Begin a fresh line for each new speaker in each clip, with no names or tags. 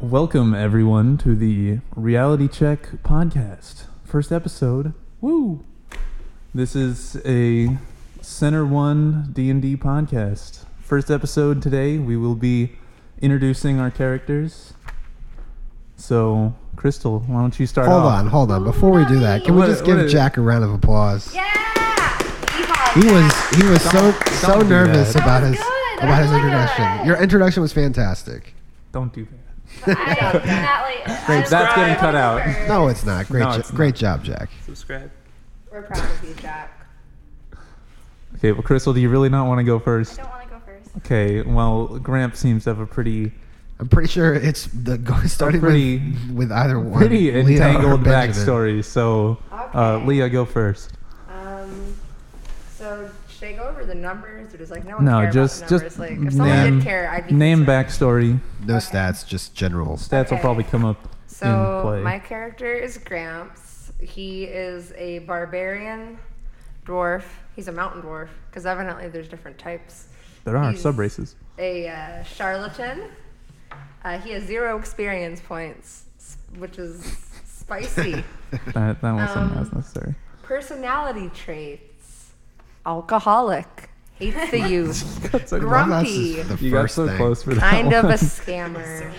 Welcome everyone to the Reality Check podcast. First episode. Woo. This is a Center 1 D&D podcast. First episode today, we will be introducing our characters. So, Crystal, why don't you start
Hold
off?
on, hold on. Before we do that, can we
uh, What-
just give
what-
Jack a round of applause?
Yeah!
He was he was so
Don't-
so
don't do
nervous
that.
about
That
his
was good.
about
I
his
like
introduction.
that.
Your introduction was fantastic.
Don't do that.
Great.
That's getting cut out.
No, it's not. Great
No,
jo-
it's
great job, Jack.
Subscribe.
We're proud of you, Jack.
Okay, well Crystal, do you really not want to go first?
Don't want to go first.
Okay, well Gramp seems to have a pretty
I'm pretty sure it's the go- starting
pretty-
with, with either one.
pretty
Leah or
entangled
Benjamin.
backstory. So, uh,
Okay.
Leah, go first.
Um, so should I go over the numbers, or just like no one
No,
cares
just
about the numbers?
just
like, if someone
name,
did care, I'd be
name
concerned.
backstory.
No stats, just general.
Stats will
Okay.
probably come up in
So
play.
my character is Gramps. He is a barbarian dwarf. He's a mountain dwarf because evidently there's different types.
there are
he's-
sub races.
a uh, charlatan. Uh, he has zero experience points, s- which is spicy.
That that wasn't
Um,
as necessary.
Personality traits: alcoholic, hates the youth,
That's so
grumpy.
Well, that's just the
You got
first
so
thing.
close for that.
kind of a
one.
scammer.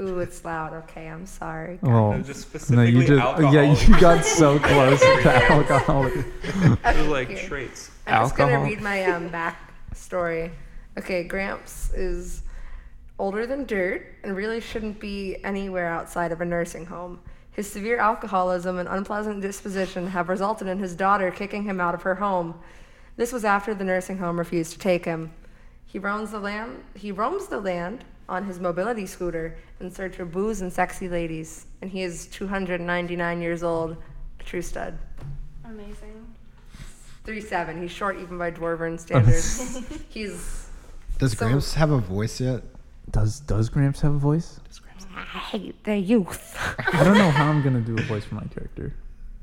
Ooh, it's loud. Okay, I'm sorry.
Oh,
No, just
no, you
specifically
just yeah,
alcoholic.
you got so close to alcoholic.
Those are, like
Here.
traits.
I'm just gonna
Alcohol.
read my um, back story. Okay, Gramps is older than dirt and really shouldn't be anywhere outside of a nursing home. His severe alcoholism and unpleasant disposition have resulted in his daughter kicking him out of her home. This was after the nursing home refused to take him. He roams the land. He roams the land on his mobility scooter in search of booze and sexy ladies. And he is 299 years old, a true stud.
Amazing.
Three seven. He's short even by
Ah,
dwarven standards. He's
Does
So-
Gramps have a voice yet?
Does does Gramps have a voice?
I hate the youth.
I don't know how I'm gonna do a voice for my character.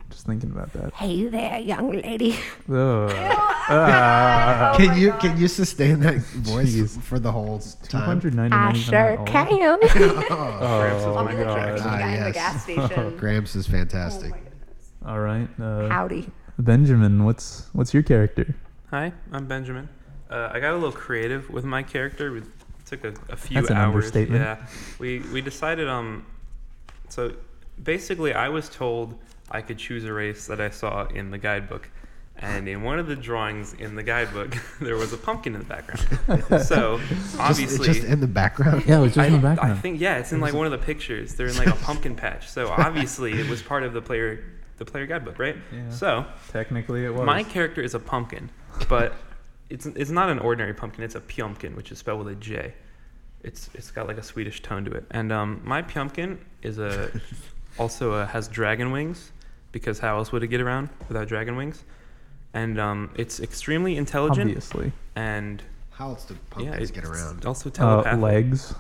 Just thinking about that.
hey there, young lady.
Ugh.
Oh
Ah,
Can you can you sustain that voice
Jeez.
for the whole time?
299
I
is not
sure
old.
can.
Oh,
I'll be the
God.
character
Ah,
guy in the
yes.
gas station.
Gramps is fantastic.
All right. Uh,
Howdy.
Benjamin, what's what's your character?
Hi, I'm Benjamin. Uh, I got a little creative with my character. We took a, a few
That's an
hours.
understatement.
Yeah, we we decided. Um, so basically, I was told I could choose a race that I saw in the guidebook, and in one of the drawings in the guidebook, there was a pumpkin in the background. so
Just-
obviously,
just in the background.
Yeah, it was just
I,
in the
I
background.
think yeah, it's in like one of the pictures. They're in like a pumpkin patch. So obviously it was part of the player the player guidebook, right?
Yeah.
So
Technically, it was.
my character is a pumpkin, but it's it's not an ordinary pumpkin. It's a pumpkin, which is spelled with a J. It's it's got like a Swedish tone to it. And um, my pumpkin is a also uh has dragon wings because how else would it get around without dragon wings? And um, it's extremely intelligent
obviously.
and
How else do
yeah,
pumpkins
it's
get around?
also
Uh,
telepathic.
legs.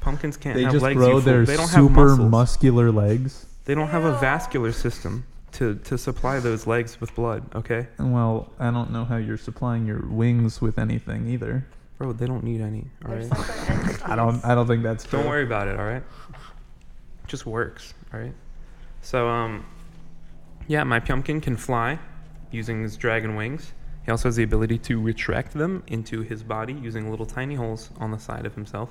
Pumpkins can't
they
have
just
legs. you
grow
fool.
their
they don't have
super
muscles.
muscular legs.
They don't have a vascular system to, to supply those legs with blood, okay?
And Well, I don't know how you're supplying your wings with anything either.
Bro, they don't need any, alright?
I don't. I don't think that's.
Don't
true.
worry about it, alright? Just works, alright? So, um, yeah, my pumpkin can fly using his dragon wings. He also has the ability to retract them into his body using little tiny holes on the side of himself.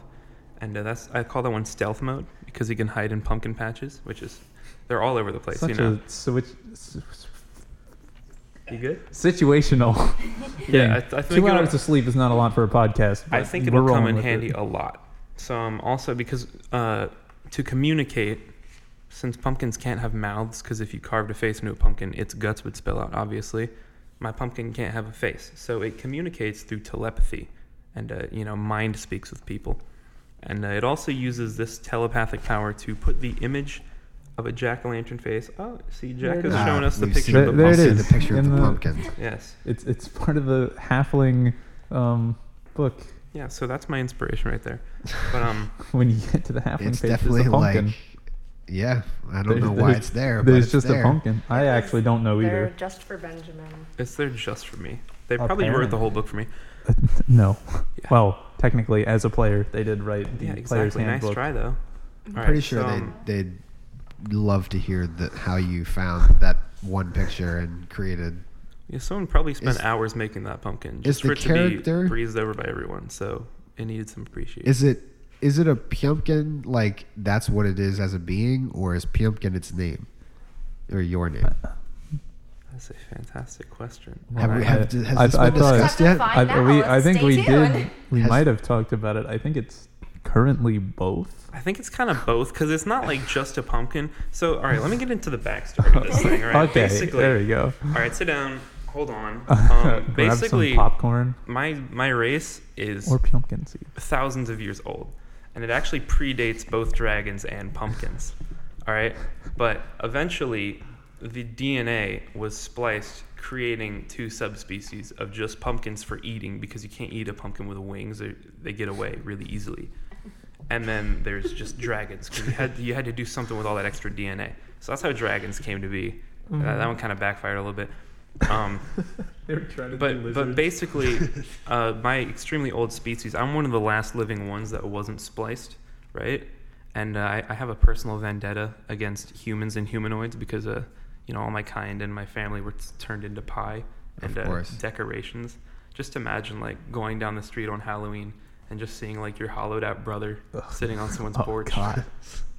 And uh, that's I call that one stealth mode because he can hide in pumpkin patches, which is they're all over the place,
Such
you know.
a switch, s-
you good?
situational. thing.
Yeah, I, th- I think
two
it'll-
hours of sleep is not a lot for a podcast.
I
but
think
we're
it'll come
rolling
in
with it.
handy a lot. So um, also because uh, to communicate, since pumpkins can't have mouths, because if you carved a face into a pumpkin, its guts would spill out. Obviously, my pumpkin can't have a face, so it communicates through telepathy, and uh, you know, mind speaks with people, and uh, it also uses this telepathic power to put the image of a jack o' lantern face. Oh, see,
There
Jack
it
has
is.
Ah,
shown us the
we've
picture.
seen
Of the
There- there it
we've seen
is,
The picture of
in
the,
the-
pumpkin.
pumpkin. Yes.
It's it's part of the halfling um, book.
Yeah. So that's my inspiration right there. But um.
When you get to the halfling
It's
page,
definitely
there's a pumpkin.
like, yeah, I don't
There's-
know why
there's-
it's there. but
There's
it's
just
there.
a pumpkin. I actually don't know
They're
either.
just for Benjamin.
It's there just for me. They probably wrote the
Apparently.
whole book for me.
no.
Yeah.
Well, technically, as a player, they did write the
yeah,
player's
exactly. Nice
handbook.
try though. All
Pretty
right,
sure
so,
they
um,
they'd love to hear that how you found that one picture and created.
Yeah, someone probably spent
Is-
hours making that pumpkin
is
just for
the
it to
character-
be breezed over by everyone. So it needed some appreciation.
Is it is it a pumpkin like that's what it is as a being, or is pumpkin its name or your name?
That's a fantastic question.
Well,
Have we,
I-
have, has
Uh, I-
this
I
been
thought-
discussed
Classified. I,
yet?
Find
we,
out.
I think
Stay
we did.
tuned.
We
Has-
might have talked about it. I think it's currently both.
I think it's kind of both because it's not like just a pumpkin. So, all right, let me get into the backstory of this thing. All right,
okay,
basically,
there you go.
all right, sit down, hold on.
Grab
Um,
some
basically,
popcorn
my my race is
or pumpkin seeds.
thousands of years old, and it actually predates both dragons and pumpkins. All right, but eventually, the DNA was spliced, creating two subspecies of just pumpkins for eating because you can't eat a pumpkin with wings; they, they get away really easily. And then there's just dragons because you had you had to do something with all that extra DNA. So that's how dragons came to be. Uh,
Mm-hmm.
that one kind of backfired a little bit. Um,
They're trying to
but but basically, uh, my extremely old species, I'm one of the last living ones that wasn't spliced, right? And uh, I, I have a personal vendetta against humans and humanoids because, uh, you know, all my kind and my family were t- turned into pie
Of
and uh,
course.
decorations. Just imagine like going down the street on Halloween and just seeing like your hollowed out brother sitting on someone's
Oh,
porch.
God.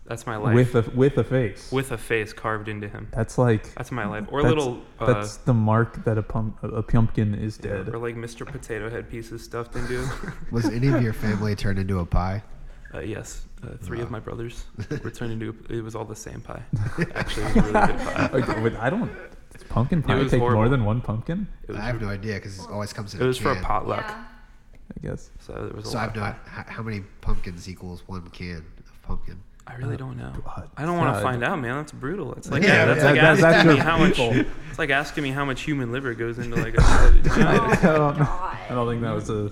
That's my life.
with
With a,
a with a face.
face carved into him.
that's like
That's my life. Or
that's,
little. Uh,
that's the mark that a pump a pumpkin is dead.
Or like Mr. Potato Head pieces stuffed into him.
Was any of your family turned into a pie?
Uh, yes, uh, three of
Wow.
my brothers were turned into. It was all the same pie. Actually, it was a really good pie.
Okay, wait, I don't. Does pumpkin pie
was
take more
horrible.
than one pumpkin?
It was,
I have no idea because it always comes in
it was
a
for
can.
a potluck,
Yeah.
I guess.
so there was a
So
lot.
I've
of
not.
pie.
h- How many pumpkins equals one can of pumpkin?
I really don't know.
God.
I don't want
God.
to find out, man. That's brutal. It's like
Uh, Yeah,
that's
that-
like
that's
asking me
actual
how much.
people.
It's like asking me how much human liver goes into like. a...
I, don't,
God.
I don't think that was a,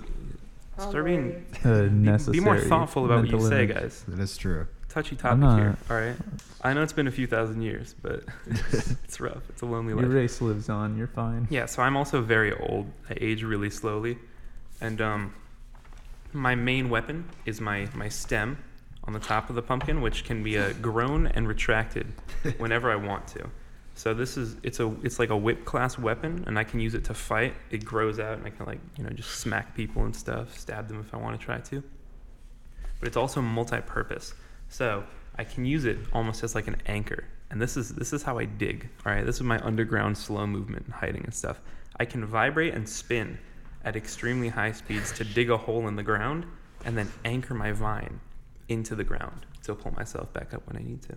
Oh,
Start being.
a
Be,
necessary.
be more thoughtful about what you
mental
say,
image.
guys.
That is true.
Touchy
I'm
topic
not-
here. All right. I know it's been a few thousand years, but it's rough. It's a lonely
Your
life.
race lives on. You're fine.
Yeah, so I'm also very old. I age really slowly, and um, my main weapon is my my stem on the top of the pumpkin, which can be uh, grown and retracted whenever I want to. So this is it's a it's like a whip class weapon, and I can use it to fight. It grows out, and I can like you know just smack people and stuff, stab them if I want to try to. But it's also multi-purpose, so I can use it almost as like an anchor. And this is this is how I dig. All right, this is my underground slow movement and hiding and stuff. I can vibrate and spin at extremely high speeds to dig a hole in the ground and then anchor my vine into the ground to pull myself back up when I need to.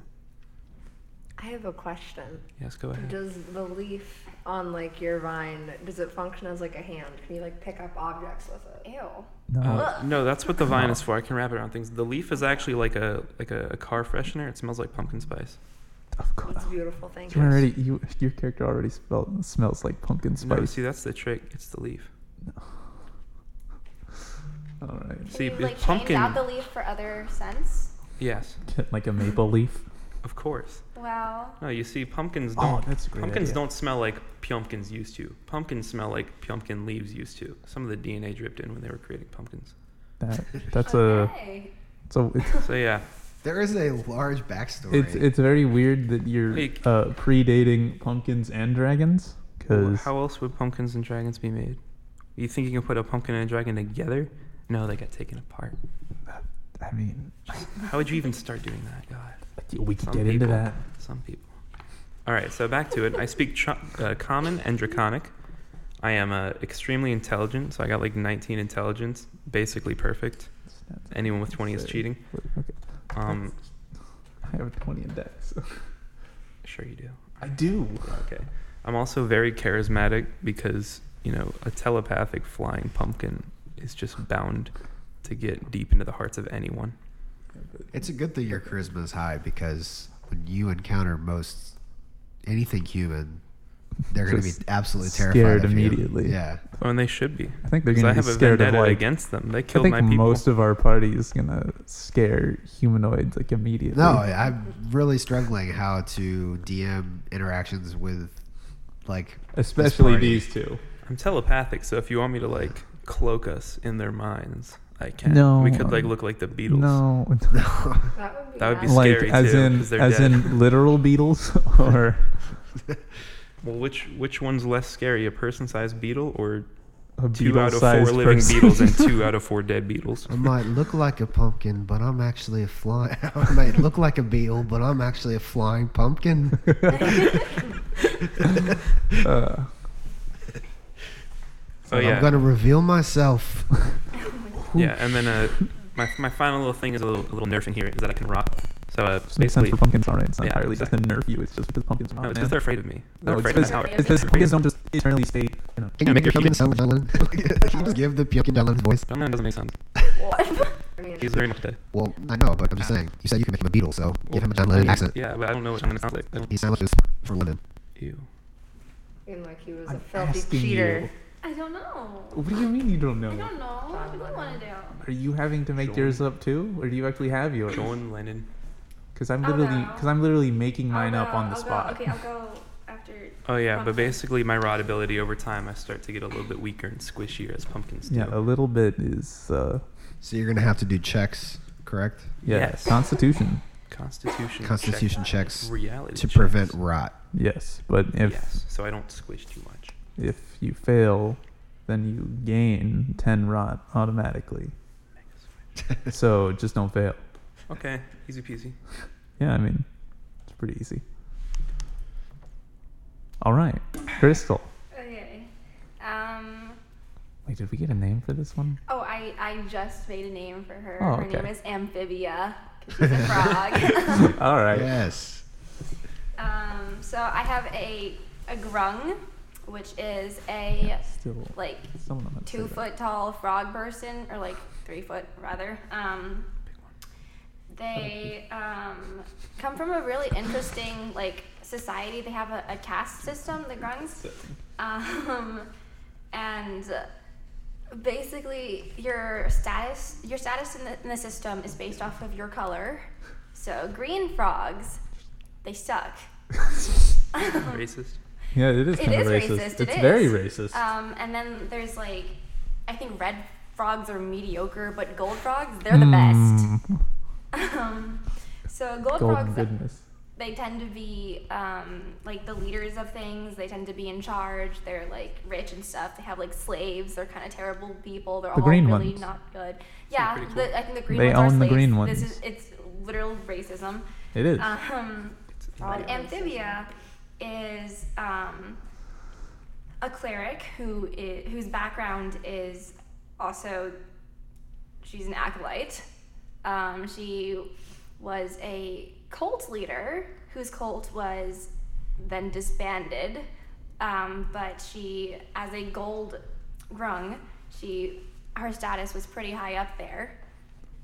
I have a question.
Yes, go ahead.
Does the leaf on like your vine does it function as like a hand? Can you like pick up objects with it?
Ew.
No.
Uh, no, that's what the vine is for. I can wrap it around things. The leaf is actually like a like a, a car freshener. It smells like pumpkin spice.
of course.
It's beautiful. Thank
You
you.
already, you, your character already spelled, smells like pumpkin
No,
spice.
see, that's the trick. It's the leaf.
All right.
See,
Can
b-
you, like,
pumpkin.
change out the leaf for other scents?
Yes,
Like a maple leaf.
of course.
Wow.
No, you see, pumpkins
Oh,
don't.
that's a great
pumpkins
idea.
don't smell like pumpkins used to. Pumpkins smell like pumpkin leaves used to. Some of the DNA dripped in when they were creating pumpkins.
That, that's a.
Okay.
So it's
So yeah,
There is a large backstory.
it's it's very weird that you're
Like-
uh, predating pumpkins and dragons because
how else would pumpkins and dragons be made? You think you can put a pumpkin and a dragon together? No, they got taken apart.
I mean
How would you even start doing that? God.
we could
Some
get into
people.
that.
Some people. All right, so back to it. I speak tr- uh, common and draconic. I am uh, extremely intelligent, so I got like 19 intelligence, basically perfect. Anyone with 20 is cheating.
Okay,
Um,
I have a twenty in dex.
sure you do.
I do.
Okay. I'm also very charismatic because, you know, a telepathic flying pumpkin is just bound to get deep into the hearts of anyone.
It's a good thing your charisma is high because when you encounter most anything human, they're going to be
Just
absolutely
scared
terrified of you.
immediately.
Yeah,
Oh, and they should be.
I think they're
'Cause
gonna
I
be
have a
scared of
vendetta
like.
against them. They
I
killed
think
my people.
most of our party is gonna scare humanoids like immediately.
no, I'm really struggling how to DM interactions with like this
especially
party.
these two.
I'm telepathic, so if you want me to like cloak us in their minds. I can't.
No,
we could like
um,
look like the Beatles.
No,
That would be,
That would be
bad.
like
scary,
as
too,
in
'cause they're
as
dead.
in literal beetles or
Well, which which one's less scary, a person-sized beetle or
a
two
beetle
out of four
sized
living
person.
beetles and two out of four dead beetles?
I might look like a pumpkin, but I'm actually a flying. I might look like a beetle, but I'm actually a flying pumpkin.
Uh,
Oh
I'm
yeah,
gonna reveal myself.
yeah. And then uh, my my final little thing is a little, a little nerf in here is that I can rot. So uh,
which makes sense
basically,
for pumpkins, alright? It's not
Yeah,
entirely
exactly.
just to nerf you. It's just because pumpkins are
no,
not.
it's
man.
just they're afraid of me. They're
No, it's
afraid of
just-
my power.
They're
It's because
afraid.
pumpkins don't just eternally stay. You know,
Can you
make
make
your
your
pumpkin
pumpkin sound, Dylan? Can you just give the pumpkin Dylan voice?
But that doesn't make sense.
What?
I mean,
He's very much dead.
Well, I know, but I'm just saying. You said you can make him a beetle, so give him a John Lennon accent.
Yeah, but I don't know what I'm gonna sound like. I don't-
He sounds like this from London.
Ew.
and like he was
I'm
a filthy
asking
cheater.
I don't know.
What do you mean you don't
I
know?
don't know. What do you want to do?
Are you having to make
Sure.
yours up too, or do you actually have yours?
John Lennon.
Because I'm
I'll
literally,
go.
because I'm literally making mine
I'll
up
go-
on the
I'll
spot.
Go. Okay, I'll go after.
Oh yeah, but
Pumpkin.
basically my rot ability over time, I start to get a little bit weaker and squishier as pumpkins do.
Yeah, a little bit is. uh
So you're gonna have to do checks, correct?
yeah,
Yes.
Constitution.
Constitution.
Constitution checks
Reality.
to
checks.
prevent rot.
Yes, but if
yes, so I don't squish too much.
if you fail, then you gain ten rot automatically.
Mega squish.
so just don't fail.
Okay, easy peasy.
Yeah, I mean, it's pretty easy. All right, Crystal.
Okay. Um.
Wait, did we get a name for this one?
Oh, I, I just made a name for her.
Oh,
Her name
okay.
is Amphibia. 'cause She's a frog.
All right.
Yes.
um. So I have a a grung, which is a
Still,
like
someone I'm gonna say
two
that.
foot tall frog person, or like three foot rather. Um, they um, come from a really interesting like society. They have a, a caste system, the Grungs, um, and basically your status your status in the, in the system is based off of your color. So green frogs, they suck.
Racist.
Yeah, it is
It
kind of
is
racist.
racist, it
It's
is.
very racist.
Um, and then there's like, I think red frogs are mediocre, but gold frogs, they're the
Mm,
best. Um, so gold
Golden
frogs,
goodness.
they tend to be um, like the leaders of things. They tend to be in charge. They're like rich and stuff. They have like slaves. They're kind of terrible people. They're
The
all
green
really
ones.
not good. Yeah,
pretty cool.
the, I think the green
They
ones are
own the
slaves.
green
This
ones.
is it's literal racism.
It is.
Um,
It's
um,
invalid.
Amphibia is um, a cleric who is, whose background is also she's an acolyte. Um, she was a cult leader whose cult was then disbanded, um, but she, as a gold rung, she her status was pretty high up there.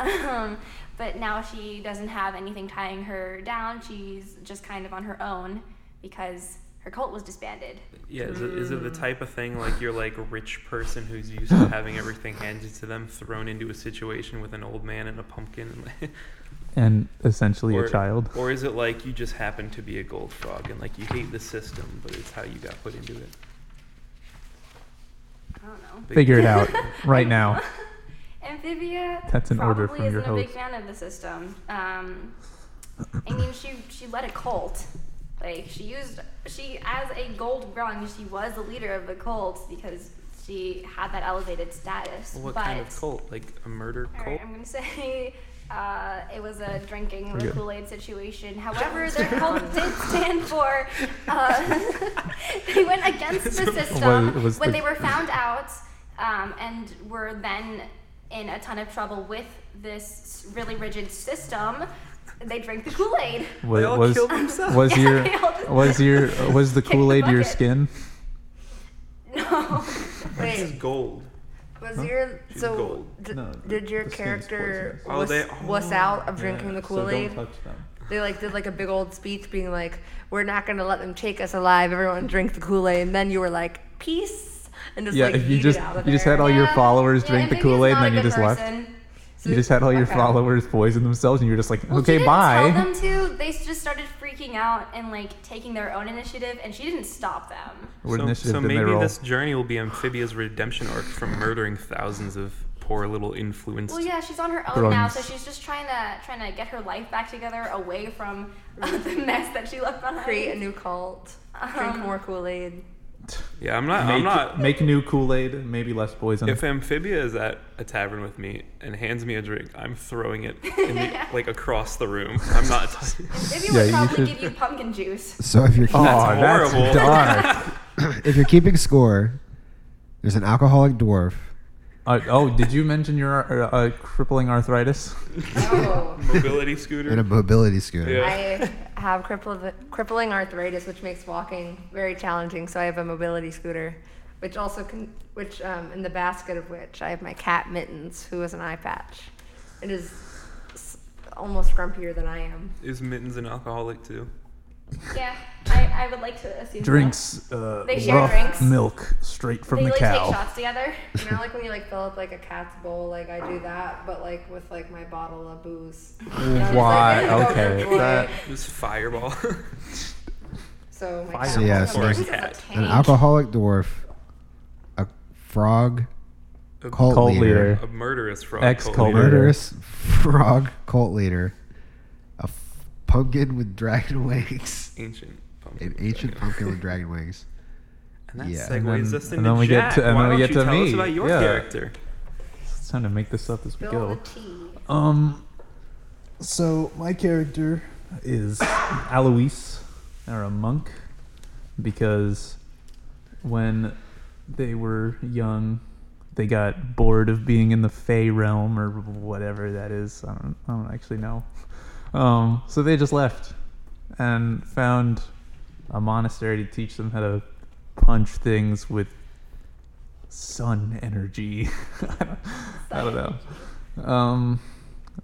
Um, but now she doesn't have anything tying her down. She's just kind of on her own because her cult was disbanded.
Yeah, is it, is it the type of thing like you're like a rich person who's used to having everything handed to them, thrown into a situation with an old man and a pumpkin, and,
and essentially
or
a child.
Or is it like you just happen to be a gold frog and like you hate the system, but it's how you got put into it?
I don't know.
Big-
Figure it out right now.
Amphibia.
That's an order
probably
from your
isn't a big
host.
fan of the system. Um, I mean, she she led a cult. Like she used she as a gold grung, she was the leader of the cult because she had that elevated status.
What
but
kind of cult? Like a murder
All
cult?
right, I'm gonna say uh, it was a drinking
We're
the
good.
Kool Aid situation. However, their cult did stand for uh, they went against the system
Was- was
when
the-
they were found out um, and were then in a ton of trouble with this really rigid system. They drank the Kool Aid.
Was
They all
was,
killed themselves.
was
Yeah,
your
they all just-
was your was the
Kick the
Kool Aid your
bucket.
skin?
No,
This is
Wait,
gold.
was your
She's
so
gold.
d-
No, the-
did your
the skin's
character
poisonous.
Oh,
was,
they-
was
oh,
out of drinking the Kool Aid?
touch them.
They like did like a big old speech being like, "We're not gonna let them take us alive. Everyone drink the Kool Aid." And then you were like, "Peace," and just
Yeah,
like
if you
yeeted
just-
out of
you just
there.
had all your followers drink the
Amphibia's
Kool-Aid and
not a
then you
good
just left?
person.
You just had all your
Okay.
followers poison themselves, and you were just like,
Well, she
okay,
didn't
bye.
Tell them to. They just started freaking out and like taking their own initiative, and she didn't stop them.
We're
so,
initiative,
so
then they
maybe
roll.
this journey will be Amphibia's redemption arc from murdering thousands of poor little influenced.
Well, yeah, she's on her own now, so
Bronze.
she's just trying to trying to get her life back together, away from uh, the mess that she left behind.
Create a new cult. Drink
Um,
more Kool Aid.
Yeah, I'm not.
make,
I'm not.
make new Kool Aid, maybe less poison.
If Amphibia is at a tavern with me and hands me a drink, I'm throwing it in the, like across the room. I'm not. touching
Maybe
Yeah,
we'll
you
probably
should-
give you pumpkin juice.
So if you're
oh,
That's
that's,
horrible.
dark.
if you're keeping score, there's an alcoholic dwarf.
uh, oh, did you mention your uh, uh, crippling arthritis?
Oh.
Mobility
in a
scooter.
mobility scooter.
Yeah.
I have crippled, crippling arthritis, which makes walking very challenging. So I have a mobility scooter, which also can, which um, in the basket of which I have my cat Mittens, who has an eye patch. It is s- almost grumpier than I am.
Is Mittens an alcoholic too?
Yeah, I, I would like to assume. so.
Drinks uh,
They share
rough
drinks.
milk straight from
They
the
like
cow.
take shots together.
You know, like when you like fill up like a cat's bowl, like I do that, but like with like my bottle of booze.
Why? Okay,
Boy.
that-
Just fireball.
So my
Fire.
cat
So,
yeah,
Mittens
so-
is a
Cat.
tank.
An alcoholic dwarf, a frog
A
cult,
Cult
leader,
leader.
a murderous frog.
Ex-cult
cult leader.
leader.
murderous frog cult leader, a f- pumpkin with dragon wings,
Ancient pumpkin.
an ancient
dragon.
pumpkin with dragon wings.
And that
Yeah.
segues
And
then-
us into
and then we get
Jack.
to- and
Why
then we
don't
get
you
to
tell us
me.
about your
Yeah.
character?
It's time to make this up as we
Spill the
go.
tea.
Um, so my character is Alois, or a monk, because when they were young, they got bored of being in the Fey realm or whatever that is. I don't, I don't actually know. Um, so they just left and found a monastery to teach them how to punch things with sun energy. I don't- I don't know. Um,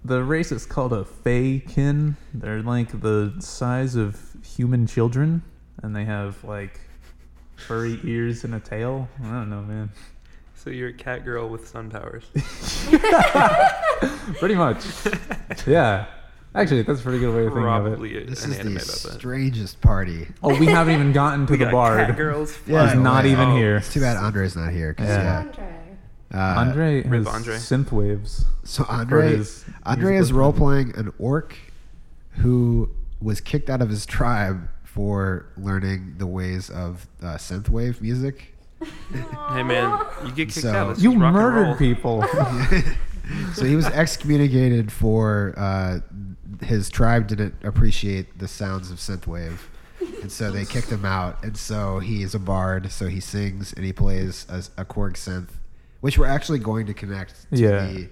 the race is called a Feykin. They're like the size of human children, and they have like furry ears and a tail. I don't know, man.
So you're a cat girl with sun powers.
Pretty much. yeah. Actually, that's a pretty good way of thinking of it.
Probably a-
This
an
is
anime
the
about that.
strangest party.
Oh, we haven't even gotten to
We
the
got
bard.
Cat girls.
Yeah,
He's
flying
not
away.
even
Oh,
here.
It's too bad Andre's not here. 'cause,
Yeah.
Andre.
yeah, uh,
Andre
Rip
has
Andre.
synth waves.
So
for
Andre,
his
Andre is
musical
role
talent.
playing an orc who was kicked out of his tribe for learning the ways of uh, synthwave music.
Hey man, you get kicked
So-
out. This
You
is rock and roll.
murdered people.
so he was excommunicated for uh, his tribe didn't appreciate the sounds of synthwave, and so they kicked him out. And so he is a bard, so he sings and he plays a, a Korg synth, which we're actually going to connect to
Yeah.
the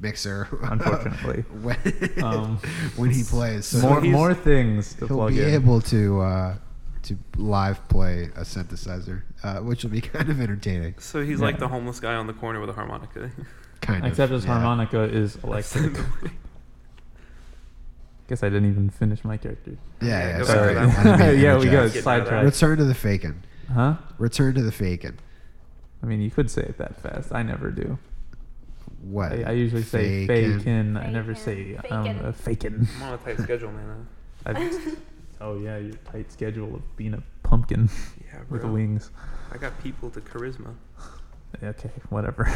mixer,
Unfortunately.
when,
Um,
when he plays. So
more
he's-
more things to
he'll
plug
be
in.
able to uh, to live play a synthesizer, uh, which will be kind of entertaining.
So he's like
Yeah.
the homeless guy on the corner with a harmonica.
Kind of.
Except his
yeah.
harmonica is electric. Guess I didn't even finish my character.
Yeah, yeah.
Go back
sorry.
to
Sorry.
that one.
I didn't
yeah,
mean to
we go
interject.
Get
sidetracked.
Return to the Fakin.
Huh?
Return to the Fakin.
I mean, you could say it that fast. I never do.
What?
I, I usually say
Fakin.
fakin. I never say
Fakin.
um,
Fakin.
uh, fakin.
I'm on a tight schedule, man.
I- oh yeah, your tight schedule of being a pumpkin
Yeah,
with
bro.
wings.
I got people to charisma.
Okay, whatever.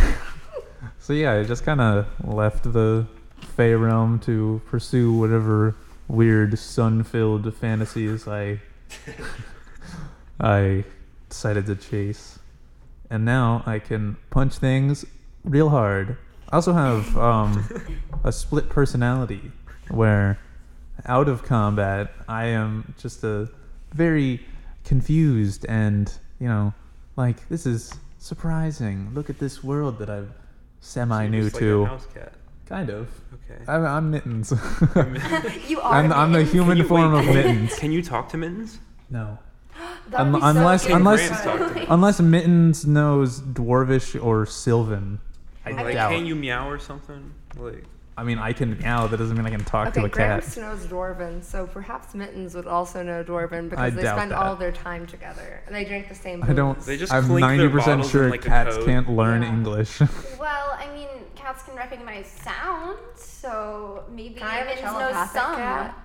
so yeah, I just kind of left the Fey realm to pursue whatever weird sun-filled fantasies I I decided to chase, and now I can punch things real hard. I also have um, a split personality where, out of combat, I am just a very confused and you know, like this is surprising. Look at this world that I'm
So you're
semi-new
just like a
to.
house cat.
kind of.
Okay.
I'm, I'm mittens.
you are.
I'm, I'm the
mittens.
human
you-
form
wait,
of mittens.
Can you talk to mittens?
No.
That
un-
would be so
unless-
cute.
unless-
Grant's talking.
Unless Mittens knows Dwarvish or Sylvan. I
Like,
doubt.
can you meow or something? Like,
I mean, I can meow. That doesn't mean I can talk to
Okay,
a cat.
Gramps knows Dwarven, so perhaps Mittens would also know Dwarven because they
doubt
spend
that.
all their time together and they drink the same.
I don't.
booze.
They just
I'm
clink their
90%
bottles
sure
in, like, a
cats
code.
can't learn
Yeah.
English.
Well, I mean, cats can recognize sound, so maybe
Can I have a
mittens knows
telepathic
some.
cat?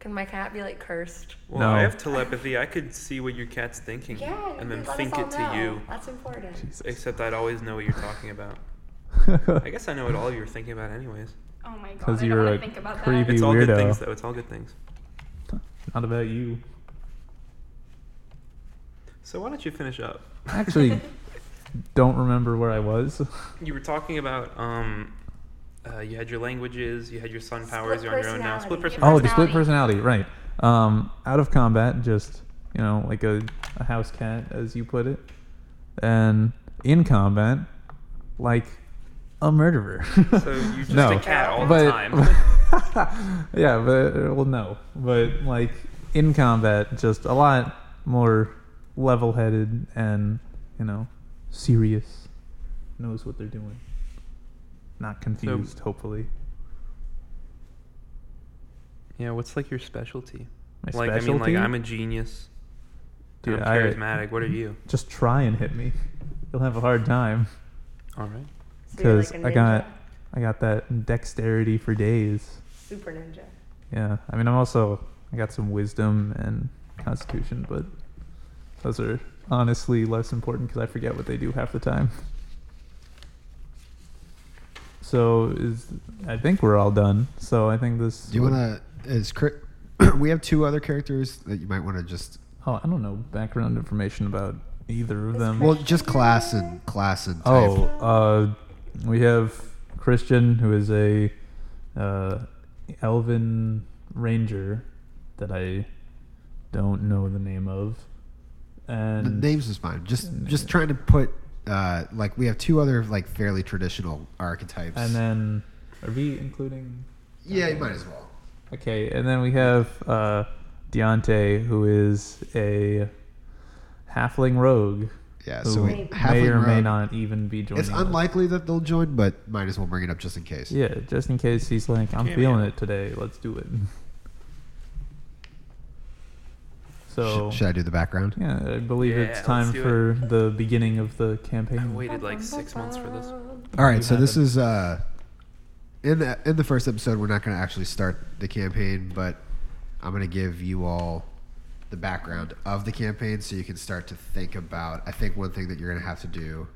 Can my cat be like cursed?
Well,
No.
I have telepathy. I could see what your cat's thinking
Yeah,
and
you
then
let us
think
all
it to
know.
you.
That's important.
Jesus.
Except I'd always know what you're talking about. I guess I know what all you're thinking about, anyways.
Oh my god. I
Because
don't
you're
wanna
a
think about that.
creepy
It's all
weirdo.
good things, though. It's all good things.
Not about you.
So why don't you finish up?
Actually, don't remember where I was.
You were talking about um, uh, you had your languages, you had your sun powers, you're on your own now. Split
personality.
Oh,
personality.
the split
Personality.
personality, right. Um, out of combat, just, you know, like a, a house cat, as you put it. And in combat, like a murderer.
So you're just
Oh, no.
a cat all
but,
the time.
yeah, but, well, no. But, like, in combat, just a lot more level headed and, you know, serious. Knows what they're doing. Not confused, hopefully.
yeah, what's like your specialty?
My
like I mean,
specialty?
like I'm a genius. and
Dude,
I'm
I- Mm-hmm.
charismatic. what are you?
Just try and hit me. You'll have a hard time
All right.
So you're
because
like a
I got
ninja.
I got that dexterity for days.
super ninja.
Yeah, I mean I'm also I got some wisdom and constitution, but those are honestly less important because I forget what they do half the time. So is I think we're all done. So I think this.
Do you want to? Is Chri- we have two other characters that you might want to just
Oh, I don't know background information about either of them.
well, just class and class and type.
Oh, uh, we have Christian, who is a uh, elven ranger that I don't know the name of, and
the names is fine. Just just trying to put uh, like we have two other like fairly traditional archetypes.
and then are we including?
yeah, you might as well.
Okay, and then we have uh, Deontay, who is a halfling rogue.
Yeah,
who
so we-
may
halfling
or may
rogue.
not even be joining.
It's
us.
unlikely that they'll join, but might as well bring it up just in case.
Yeah, just in case he's like, I'm
Cameo.
feeling it today. Let's do it. So
Sh- should I do the background?
yeah, I believe
Yeah,
it's
let's
time
do
for the beginning of the campaign.
I waited like six months for this.
All
You
right, so
have
this
it.
is uh, in the in the first episode. We're not going to actually start the campaign, but I'm going to give you all the background of the campaign so you can start to think about. I think one thing that you're going to have to do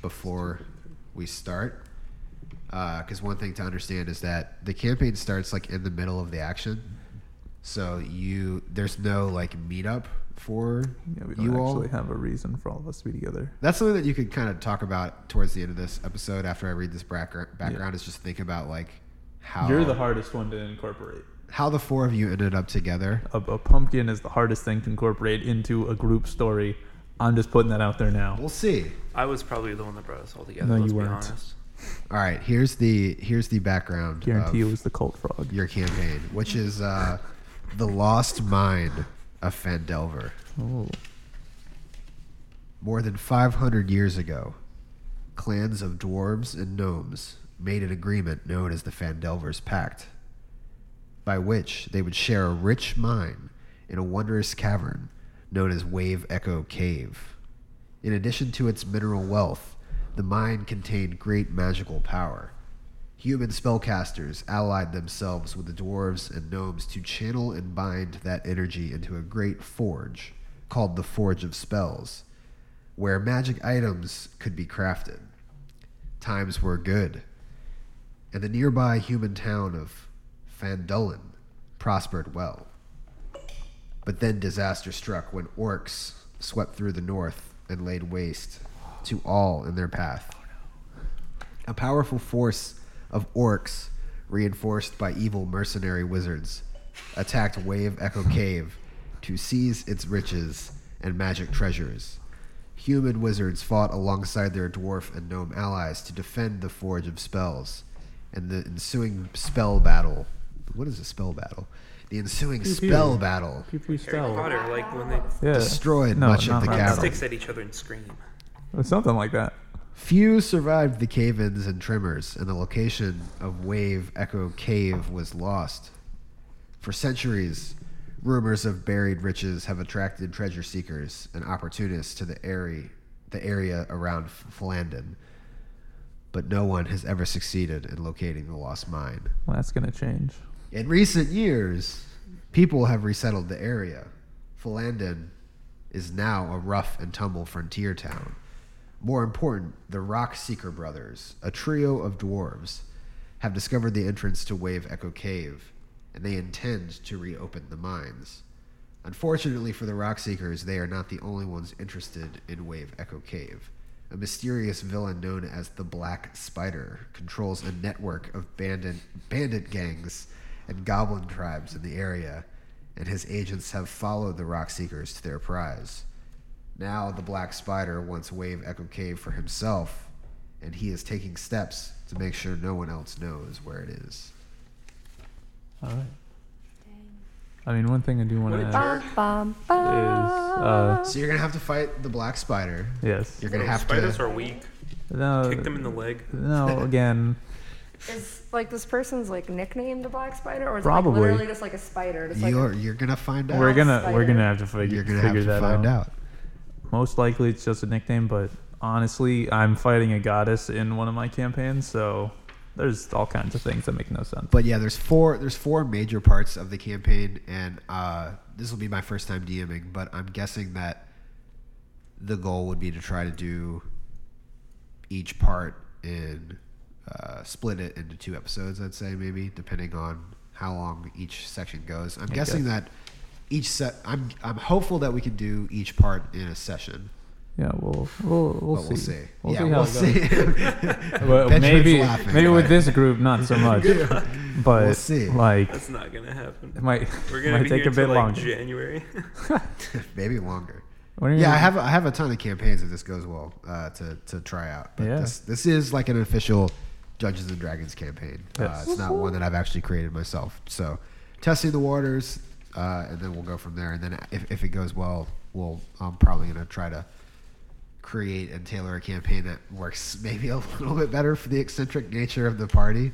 before we start, because one thing to understand is that the campaign starts like in the middle of the action, so you there's no like meetup for
Yeah, we don't
you all.
actually have a reason for all of us to be together.
That's something that you could kind of talk about towards the end of this episode after I read this background. Background is just think about like how
You're the hardest one to incorporate.
how the four of you ended up together.
A, a pumpkin is the hardest thing to incorporate into a group story. I'm just putting that out there now.
We'll see.
I was probably the one that brought us all together.
No,
let's
you
be
weren't.
honest.
All right, here's the here's the background
Guarantee it
of
was the cult frog.
your campaign, which is uh, the Lost Mine of Fandelver.
Oh,
More than 500 years ago, clans of dwarves and gnomes made an agreement known as the Fandelver's Pact, by which they would share a rich mine in a wondrous cavern known as Wave Echo Cave. In addition to its mineral wealth, the mine contained great magical power. Human spellcasters allied themselves with the dwarves and gnomes to channel and bind that energy into a great forge called the Forge of Spells, where magic items could be crafted. Times were good, and the nearby human town of Fandulin prospered well. But then disaster struck when orcs swept through the north and laid waste to all in their path. A powerful force of orcs, reinforced by evil mercenary wizards, attacked Wave Echo Cave to seize its riches and magic treasures. Human wizards fought alongside their dwarf and gnome allies to defend the Forge of Spells, and the ensuing spell battle. What is a spell battle? The ensuing
pew.
spell battle
pew pew
Harry
spell.
Potter, like when they
Yeah.
destroyed
No,
much of
not
the
Rob
cavern.
sticks at each other and scream.
Something like that.
Few survived the cave ins and tremors, and the location of Wave Echo Cave was lost. For centuries, rumors of buried riches have attracted treasure seekers and opportunists to the area, the area around Flandin, but no one has ever succeeded in locating the lost mine.
Well, that's gonna change.
In recent years, people have resettled the area. Philandon is now a rough and tumble frontier town. More important, the Rock Seeker brothers, a trio of dwarves, have discovered the entrance to Wave Echo Cave, and they intend to reopen the mines. Unfortunately for the Rock Seekers, they are not the only ones interested in Wave Echo Cave. A mysterious villain known as the Black Spider controls a network of bandit, bandit gangs and goblin tribes in the area, and his agents have followed the Rock Seekers to their prize. Now the Black Spider wants Wave Echo Cave for himself, and he is taking steps to make sure no one else knows where it is.
All right. I mean, one thing I do want to
What a
add
Bum, bum,
is, uh,
So you're gonna have to fight the Black Spider.
yes.
You're gonna
Oh,
have
spiders
to.
are weak.
No,
Kick them in the leg.
no, again,
Is like this person's like nickname the black spider, or is it
Probably.
like, literally just like a spider? Just, like,
You're you're gonna find out.
we're gonna we're
spider.
gonna have to fig-
you're gonna have
figure
to
that
find out.
Most likely, it's just a nickname, but honestly, I'm fighting a goddess in one of my campaigns, so there's all kinds of things that make no sense.
But yeah, there's four there's four major parts of the campaign, and uh, this will be my first time DMing, but I'm guessing that the goal would be to try to do each part and uh, split it into two episodes. I'd say maybe depending on how long each section goes. I'm guessing that each set. I'm I'm hopeful that we can do each part in a session.
Yeah, we'll we'll we'll
But
see.
we'll see.
We'll
yeah,
see how
we'll
it goes.
see.
Well,
Benjamin's
maybe
laughing,
maybe with
but-
this group, not so much. But
We'll see.
like,
That's not gonna happen.
it might
We're gonna
might
be
take
here
a bit
till, like
longer.
January.
maybe longer.
When are you
Yeah, I
gonna-
have I have a ton of campaigns if this goes well uh, to to try out. But
Yeah.
this this is like an official Dungeons and Dragons campaign. Uh,
Yes.
it's not one that I've actually created myself. So testing the waters, uh, and then we'll go from there. And then if, if it goes well, we'll I'm probably gonna try to create and tailor a campaign that works maybe a little bit better for the eccentric nature of the party.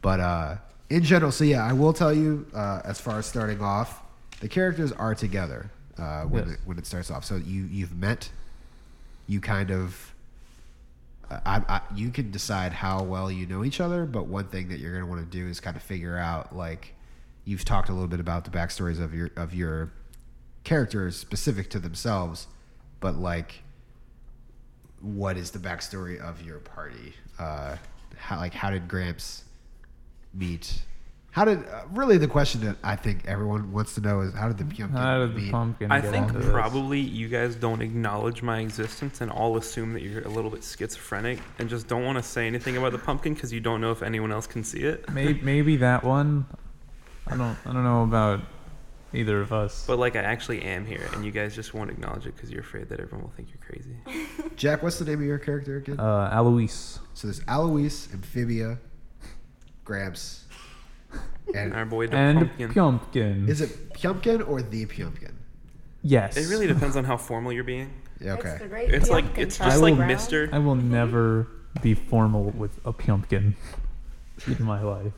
But uh, in general, so yeah, I will tell you uh, as far as starting off, the characters are together uh, when
Yes.
it, when it starts off. So you you've met, you kind of. I, I, you can decide how well you know each other, but one thing that you're going to want to do is kind of figure out like you've talked a little bit about the backstories of your of your characters specific to themselves, but like what is the backstory of your party? Uh, how like how did Gramps meet? How did uh, really the question that I think everyone wants to know is how did the pumpkin
How did
meet?
the pumpkin?
I
get
think
onto this?
probably you guys don't acknowledge my existence and all assume that you're a little bit schizophrenic and just don't want to say anything about the pumpkin because you don't know if anyone else can see it.
maybe, maybe that one. I don't I don't know about either of us.
But like I actually am here, and you guys just won't acknowledge it because you're afraid that everyone will think you're crazy.
Jack, what's the name of your character again?
Uh, Alois.
so there's Alois, Amphibia, Gramps,
And our
and
boy the
And
pumpkin.
pumpkin.
is it Pumpkin or the Pumpkin?
yes.
It really depends on how formal you're being.
Yeah,
It's
okay.
the great
It's like
pumpkin
it's
I
just
will-
like
brown.
Mister.
I will never be formal with a pumpkin in my life.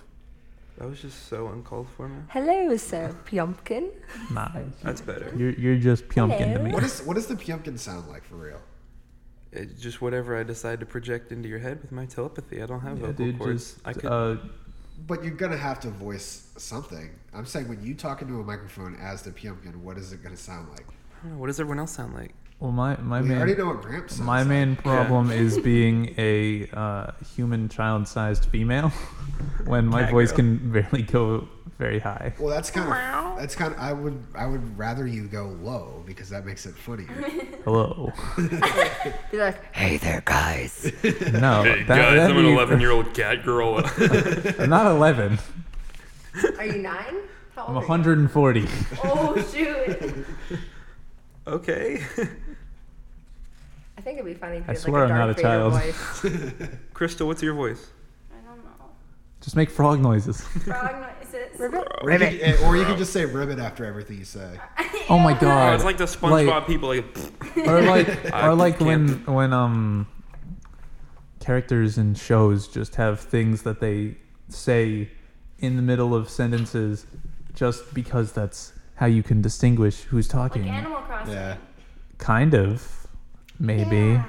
That was just so uncalled for, man.
Hello, sir pumpkin.
Nah,
That's better.
you're you're just pumpkin to me.
What is what does the Pumpkin sound like for real?
It's just whatever I decide to project into your head with my telepathy. I don't have
Yeah,
vocal
dude,
cords.
just,
I could.
uh,
But you're gonna have to voice something. I'm saying when you talk into a microphone as the Pumpkin, what is it gonna sound like?
I don't know. What does everyone else sound like?
well, my my
We
main
already know what Gramps sounds
my
like.
main problem is being a uh, human child-sized female when my
Cat
voice
girl.
can barely go very high.
Well, that's kind of that's kind. Of, I would I would rather you go low because that makes it funnier.
Hello.
Be like, hey there, guys.
No, that, that'd be-
old cat girl.
I'm not 11.
Are you nine? How
I'm
old are you?
140.
Oh shoot!
okay.
I think it'd be funny. If you
I
did,
swear I'm
like, a
not a
Darth Vader
child.
Voice.
Crystal, what's your voice?
I don't know.
Just make frog noises.
Oh,
Frog noises.
or, you could, or you could just say ribbit after everything you say.
Oh my
Oh,
god.
it's like the SpongeBob
Like-
people. Like,
or like
I
or like when
can't.
when um characters in shows just have things that they say in the middle of sentences just because that's how you can distinguish who's
Like
talking.
Animal Crossing.
Yeah.
kind of maybe.
Yeah.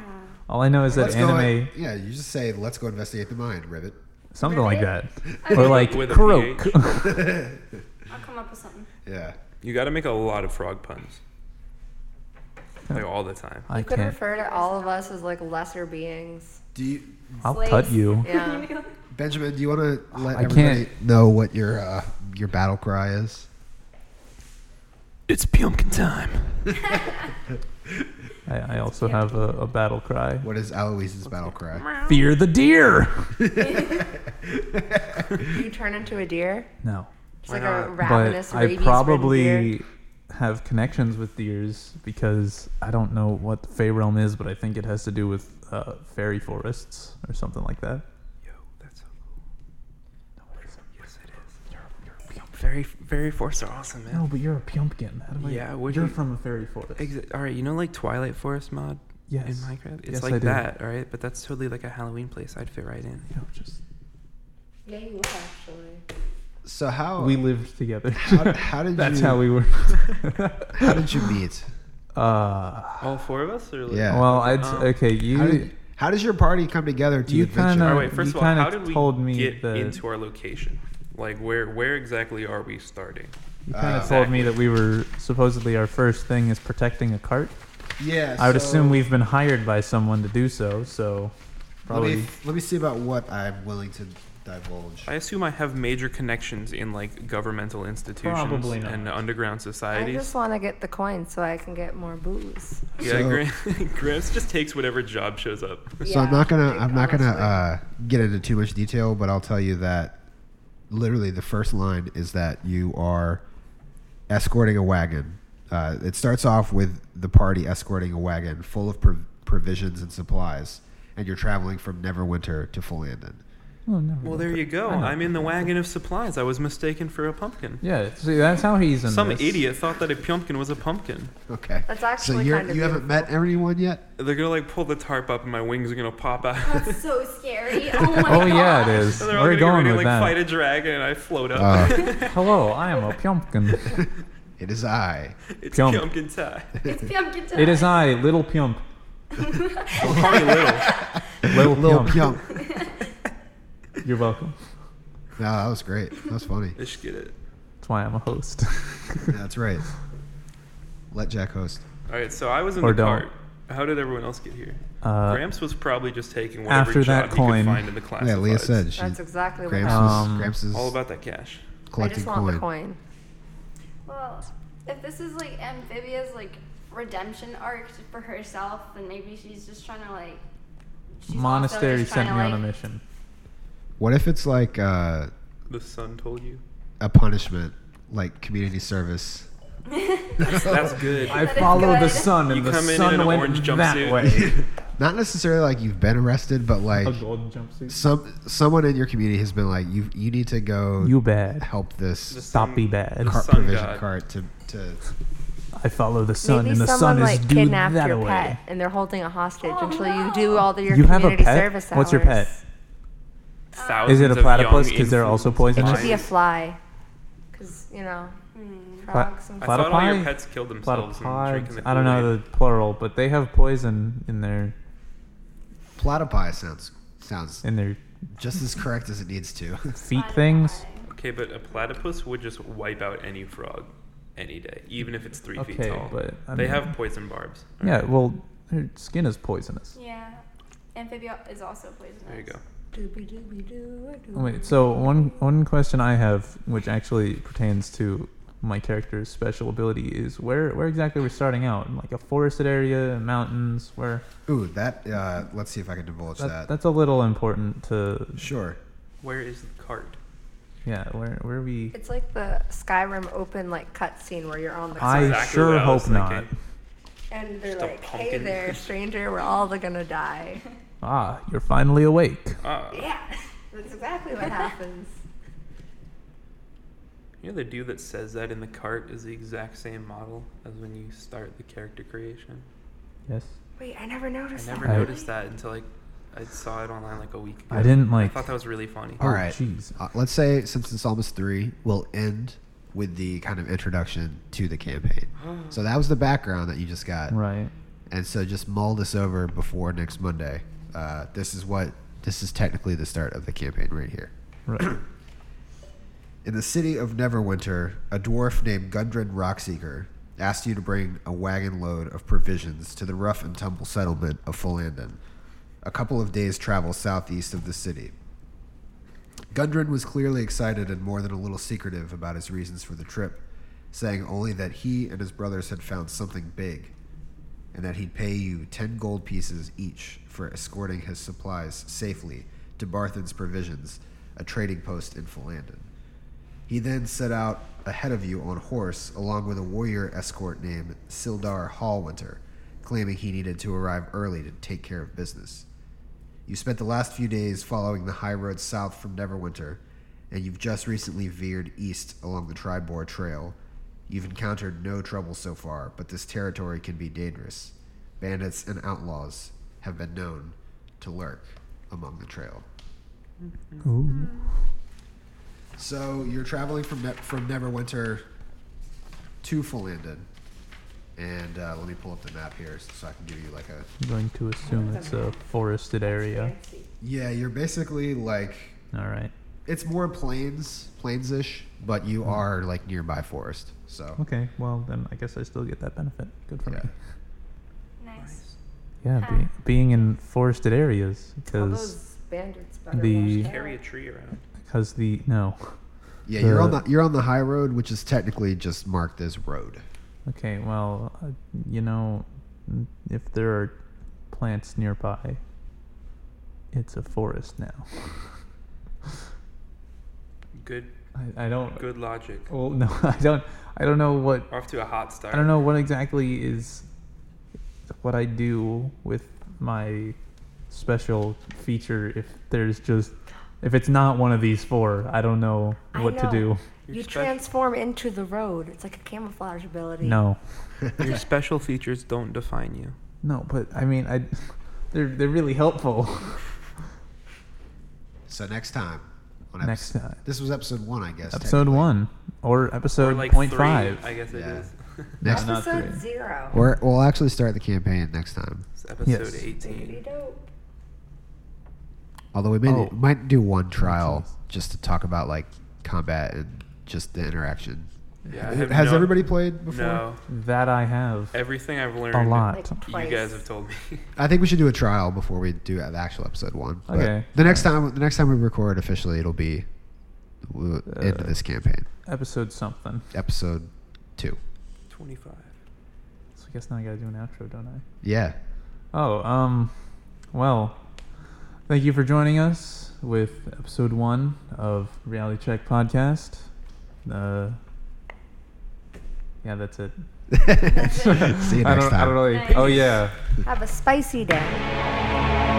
All I know is that
Let's go
anime
in- yeah, you just say let's go investigate the mind, ribbit.
something like that.
I
Or
mean,
like
With a
croak.
I'll come up with something.
Yeah.
You got to make a lot of frog puns, like all the time.
I
You could
can't.
refer to all of us as like lesser beings.
Do you,
I'll cut you.
Yeah.
Benjamin? Do you want to let
I
everybody know what your uh, your battle cry is?
It's pumpkin time.
I, I also have a, a battle cry.
What is Aloise's battle cry?
Fear the deer.
you turn into a deer.
No,
It's
Why
like a
not?
ravenous
but I
rabies-ridden deer.
probably have connections with deers because I don't know what the Fey realm is, but I think it has to do with uh, fairy forests or something like that.
Yo, that's so cool. Yes, it is. Very, very forests are awesome, man.
No, but you're a pumpkin. How do I?
Yeah, would
you're
you-
from a fairy forest.
Exa- all right, you know like Twilight Forest mod
Oh. Yes.
in Minecraft? It's
Yes,
like
I do.
that, all right? But that's totally like a Halloween place. I'd fit right in.
You know, just
Yeah, you would actually.
So how
we lived together.
Oh. How- how did
That's
you-
how we were.
how did you meet?
uh,
All four of us? Or like,
Yeah.
well, I'd
Um,
okay. You
How, did, how does your party come together to
You
adventure?
kinda-
All
Uh,
right, wait, first
you
of all,
kinda
how did we
told me
get
that-
into our location? Like, where where exactly are we starting?
You kind of
Uh,
told me that we were supposedly our first thing is protecting a cart.
yeah.
I would
so-
assume we've been hired by someone to do so. So
Let
probably
me, let me see about what I'm willing to divulge.
I assume I have major connections in like governmental institutions
Probably not.
and underground
I
societies.
just want to get the coin so I can get more booze.
Yeah,
So-
Grant, Grant just takes whatever job shows up.
So I'm not gonna I'm not gonna
honestly.
uh, get into too much detail, but I'll tell you that literally the first line is that you are escorting a wagon. Uh, it starts off with the party escorting a wagon full of prov- provisions and supplies, and you're traveling from Neverwinter to Fullandon.
Oh, never
Well,
mind.
there you go.
I know.
I'm in the wagon of supplies. I was mistaken for a pumpkin.
Yeah, see, that's how he's in
Some
this.
idiot thought that a pumpkin was a pumpkin.
Okay,
That's
so
actually
you're,
kind of
you haven't met anyone yet.
They're gonna like pull the tarp up and my wings are gonna pop out.
That's so scary. Oh my
Oh yeah,
gosh.
it is.
And they're all
We're
gonna get
going
ready to
with
like fight
that. Ah.
a dragon and I float up.
Uh,
Hello, I am a pumpkin.
it is I.
it's
Pyump.
pumpkin time.
It's pumpkin time.
it is I, little pump.
Party little.
Little,
Little
pump.
Pyump.
You're welcome.
No, that was great. That was funny.
Let's get it.
That's why I'm a host.
That's right. Let Jack host.
All right, so I was in
Or
the
don't.
cart. How did everyone else get here?
Uh,
Gramps was probably just taking whatever
After that
job he
coin.
could find in the class.
Yeah, Leah said she,
That's exactly what
Gramps,
I
Um,
was, Gramps is
all about that cash.
I
collecting
just want
coin.
the coin.
Well, if this is like Amphibia's like redemption arc for herself, then maybe she's just trying to like. she's also
monastery
just
sent me
trying to,
on a
like-
mission.
What if it's like uh,
The sun told you.
a punishment, like community service? Oh.
That's good.
I
That is
follow the
good.
sun, and
You
the
come in in
sun
an
went
orange
that
jumpsuit.
way.
Not necessarily like you've been arrested, but like
a golden jumpsuit.
some someone in your community has been like you. You need to go
You bad.
help
The
this
Stop
sun-
be bad.
the
cart
sun
provision
god.
cart to to.
I follow the sun,
Maybe
and the
someone
sun
like
is due
kidnapped
that
your
way.
pet and they're holding a hostage
Oh,
until you
no.
do all the your
You have a
community
pet?
service hours.
What's your pet?
Thousands
Is it a
of
platypus?
young
Because they're also
infants.
It
poisonous.
should be a fly, because you know
Hmm.
frogs and
I thought all your
Platypi?
pets killed themselves and drinking
Platypods.
the
I don't know
Kool-Aid.
the plural, but they have poison in their
Platypi sounds sounds
in their
just as correct as it needs to.
feet things.
Okay, but a platypus would just wipe out any frog any day, even if it's three feet
Okay,
tall.
but, I
they
mean-
have poison barbs.
Yeah, well, their skin is poisonous.
Yeah. Amphibia is also poisonous.
There you go.
Doobie doobie doo.
Oh, Wait, so one one question I have, which actually pertains to my character's special ability, is where where exactly we're starting out? In like a forested area, mountains, where
Ooh, that. Uh, let's see if I can divulge
that,
that.
that's a little important to
Sure.
Where is the cart?
yeah. Where where we?
It's like the Skyrim open like cutscene where you're on the
I
cart
Exactly
sure
what I was
hope not.
thinking.
and they're
Just a
like, "Hey
pumpkin.
there, stranger, we're all gonna die."
Ah, you're finally awake.
Ah,
yeah, that's exactly what happens.
you know the dude that says that in the cart is the exact same model as when you start the character creation.
Yes.
Wait, I never
I
noticed
never
that.
I-
noticed that until like I saw it online like a week ago.
I didn't
I
like.
thought that was really funny.
Oh,
All right.
jeez.
Uh, let's say since it's almost three, we'll end with the kind of introduction to the campaign. so that was the background that you just got,
Right.
and so just mull this over before next Monday. Uh, this is what this is technically the start of the campaign right here.
Right.
In the city of Neverwinter, a dwarf named Gundren Rockseeker asked you to bring a wagon load of provisions to the rough and tumble settlement of Fulanden, a couple of days' travel southeast of the city. Gundren was clearly excited and more than a little secretive about his reasons for the trip, saying only that he and his brothers had found something big, and that he'd pay you ten gold pieces each for escorting his supplies safely to Barthen's Provisions, a trading post in Philandon. He then set out ahead of you on horse, along with a warrior escort named Sildar Hallwinter, claiming he needed to arrive early to take care of business. You spent the last few days following the high road south from Neverwinter, and you've just recently veered east along the Tribor Trail. You've encountered no trouble so far, but this territory can be dangerous. Bandits and outlaws have been known to lurk among the trail.
Ooh.
So you're traveling from ne- from Neverwinter to Fullandon, and uh, let me pull up the map here so I can give you like a.
I'm going to assume it's a forested area.
Yeah, you're basically like
All right.
it's more plains, plains-ish, but you are like nearby forest. So
Okay. Well, then I guess I still get that benefit. Good for me.
Yeah.
Nice.
Yeah. Be, being in forested areas
All
because
those bandits better
the-
watch out.
Carry a tree around.
because the no.
yeah, you're on
The-
the you're on the high road, which is technically just marked as road.
Okay. Well, uh, you know, mm, if there are plants nearby, it's a forest now.
Good,
I, I don't.
good logic.
Well, no, I don't. I don't know what
Off to a hot start.
I don't know what exactly is what I do with my special feature if there's just if it's not one of these four, I don't know
I
what
know.
to do.
Your
You
spec-
transform into the road. It's like a camouflage ability.
No.
Your special features don't define you.
No, but I mean I they're they're really helpful.
So next time, on
Next
episode-
time.
this was episode one, I guess.
episode
technically.
1 or episode
Or like
point
three,
0.5.
I guess it
Yeah.
is.
Next
No, not
Episode
three.
zero.
We're, we'll actually start the campaign next time.
It's episode
Yes.
18.
dope.
Although we may,
Oh.
might do one trial
sense.
just to talk about like combat and just the interaction.
Yeah, I have
Has
no-
everybody played before?
No.
That I have
Everything I've learned,
a lot.
Like twice.
you guys have told me.
I think we should do a trial before we do the actual episode one. But
Okay.
The next time, the next time we record officially, it'll be w- into
Uh,
this campaign,
Episode something.
episode two.
25.
So I guess now I got to do an outro, don't I?
Yeah.
Oh, um, well, thank you for joining us with episode one of Reality Check Podcast. Uh, yeah, that's it.
See you
I
next
don't, I
time.
don't really.
Nice.
Oh yeah.
Have a spicy day.